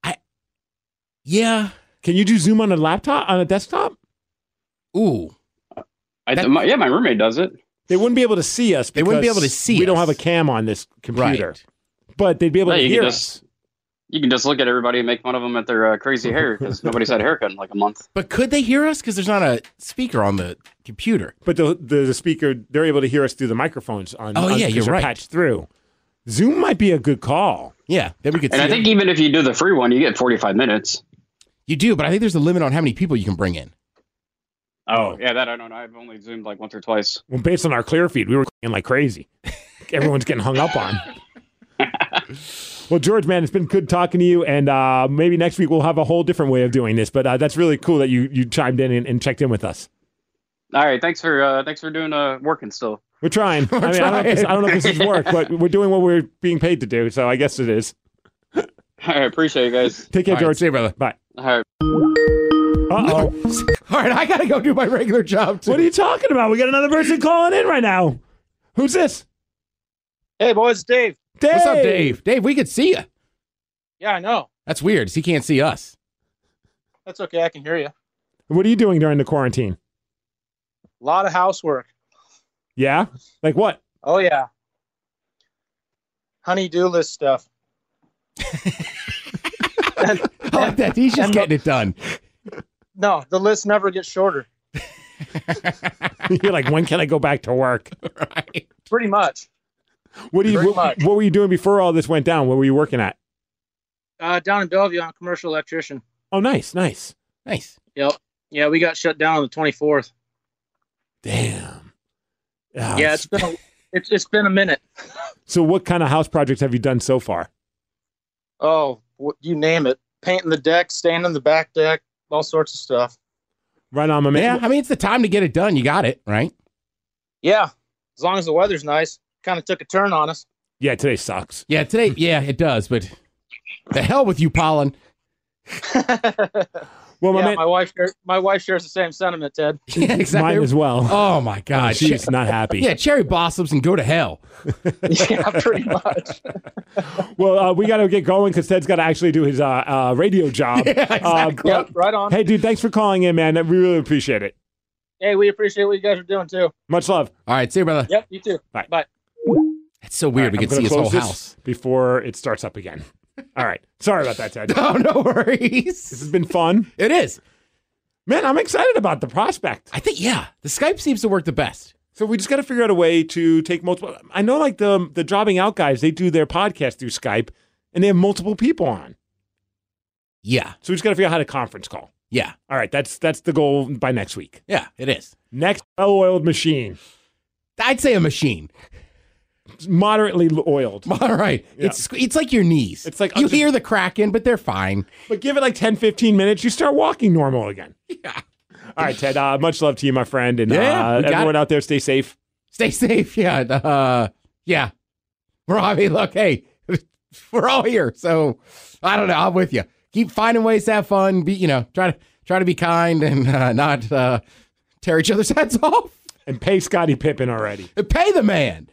I, yeah.
can you do Zoom on a laptop on a desktop?
Ooh.
I,
That-
my, yeah, my roommate does it.
They wouldn't be able to see us.
They wouldn't be
because
able to see
We don't
us.
have a cam on this computer,
Right.
but they'd be able
Yeah,
to
you
hear
can
us.
just you can just look at everybody and make fun of them at their uh, crazy hair because nobody's had a haircut in like a month.
But could they hear us? Because there's not a speaker on the computer.
But the, the the speaker, they're able to hear us through the microphones on.
Oh,
on-
yeah,
'cause
you're
they're
right.
Patched through. Zoom might be a good call.
Yeah, then we could.
And
see
I think
them.
even if you do the free one, you get forty five minutes.
you do, but I think there's a limit on how many people you can bring in.
Oh yeah, that I don't know. I've only zoomed like once or twice.
Well, based on our clear feed, we were clicking like crazy. Everyone's getting hung up on. well, George, man, it's been good talking to you, and uh, maybe next week we'll have a whole different way of doing this. But uh, that's really cool that you you chimed in and, and checked in with us.
All right, thanks for uh, thanks for doing uh, working still.
We're trying. I mean, I, don't know if this, I don't know if this is work, but we're doing what we're being paid to do, so I guess it is.
All right, appreciate you guys.
Take care,
All right,
George.
see you, brother.
Bye.
All right.
Uh oh.
All right, I gotta go do my regular job. Too.
What are you talking about? We got another person calling in right now. Who's this?
Hey, boys, Dave.
Dave.
What's up, Dave? Dave, we could see you.
Yeah, I know.
That's weird. 'cause He can't see us.
That's okay. I can hear you. A
What are you doing during the quarantine?
lot of housework.
Yeah. Like what?
Oh yeah. Honey-do list stuff.
I like that. He's just getting it done.
No, the list never gets shorter.
You're like, when can I go back to work?
right.
Pretty much.
What do you?
Pretty
What,
much.
what were you doing before all this went down? What were you working at?
Uh, down in Bellevue, I'm a commercial electrician.
Oh, nice, nice.
Nice.
Yep. Yeah, we got shut down on the 24th.
Damn. Ah,
yeah, it's been a, it's, it's been a minute.
So, what kind of house projects have you done so far?
Oh, wh- you name it. Painting the deck, staining the back deck, all sorts of stuff.
Right on, my
Yeah,
man.
I mean it's the time to get it done. You got it right.
Yeah, as long as the weather's nice. Kind of took a turn on us.
Yeah, today sucks.
Yeah, today. Yeah, it does. But the hell with you, pollen.
Well, my
yeah,
man-
my wife, my wife shares the same sentiment, Ted.
Yeah, exactly.
Mine as well.
Oh my God,
she's not happy.
Yeah, cherry blossoms and go to hell.
yeah, pretty much.
Well, uh, we got to get going because Ted's got to actually do his uh, uh, radio job.
Yeah, exactly.
Uh,
Yep, right on.
Hey, dude, thanks for calling in, man. We really appreciate it.
Hey, we appreciate what you guys are doing too.
Much love.
All right, see you, brother.
Yep, you too.
Bye.
Bye.
It's so weird. we
I'm
can
gonna
see his whole
close this
house.
before it starts up again. All right, sorry about that, Ted.
No, Oh, no worries. This
has been fun.
It is.
Man, I'm excited about the prospect.
I think yeah, the Skype seems to work the best.
So we just got to figure out a way to take multiple. I know, like the the dropping out guys, they do their podcast through Skype, and they have multiple people on.
Yeah.
So we just got to figure out how to conference call.
Yeah.
All right, that's that's the goal by next week.
Yeah, it is.
Next well-oiled machine.
I'd say a machine.
Moderately oiled.
All right.
Yeah.
It's it's like your knees. It's like you hear the cracking, but they're fine.
But give it like 10, 15 minutes, you start walking normal again. Yeah. All right, Ted. Uh, much love to you, my friend, and
Yeah,
uh,
we got
everyone
it.
out there, stay safe.
Stay safe. Yeah. and, Uh, yeah. Robbie, look, hey, we're all here. So I don't know. I'm with you. Keep finding ways to have fun. Be you know, try to try to be kind and uh, not uh, tear each other's heads off.
And pay Scottie Pippen already.
Pay the man.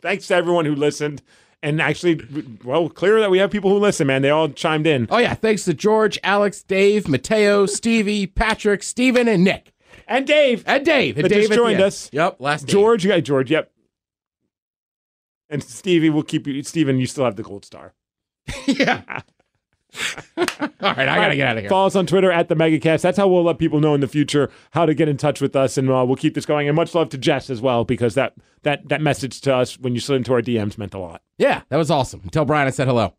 Thanks to everyone who listened. And actually, well, clear that we have people who listen, man. They all chimed in.
Oh yeah. Thanks to George, Alex, Dave, Mateo, Stevie, Patrick, Steven, and Nick.
And Dave.
And Dave. And
That
Dave
just
at the
joined
end.
us.
Yep. Last Dave.
George, you got George, yep. And Stevie, we'll keep you. Steven, you still have the gold star.
All right, I gotta get out of here.
Follow us on Twitter at the Megacast. That's how we'll let people know in the future how to get in touch with us, and uh, we'll keep this going. And much love to Jess as well, because that that that message to us when you slid into our DMs meant a lot.
Yeah, that was awesome. Tell Brian I said hello.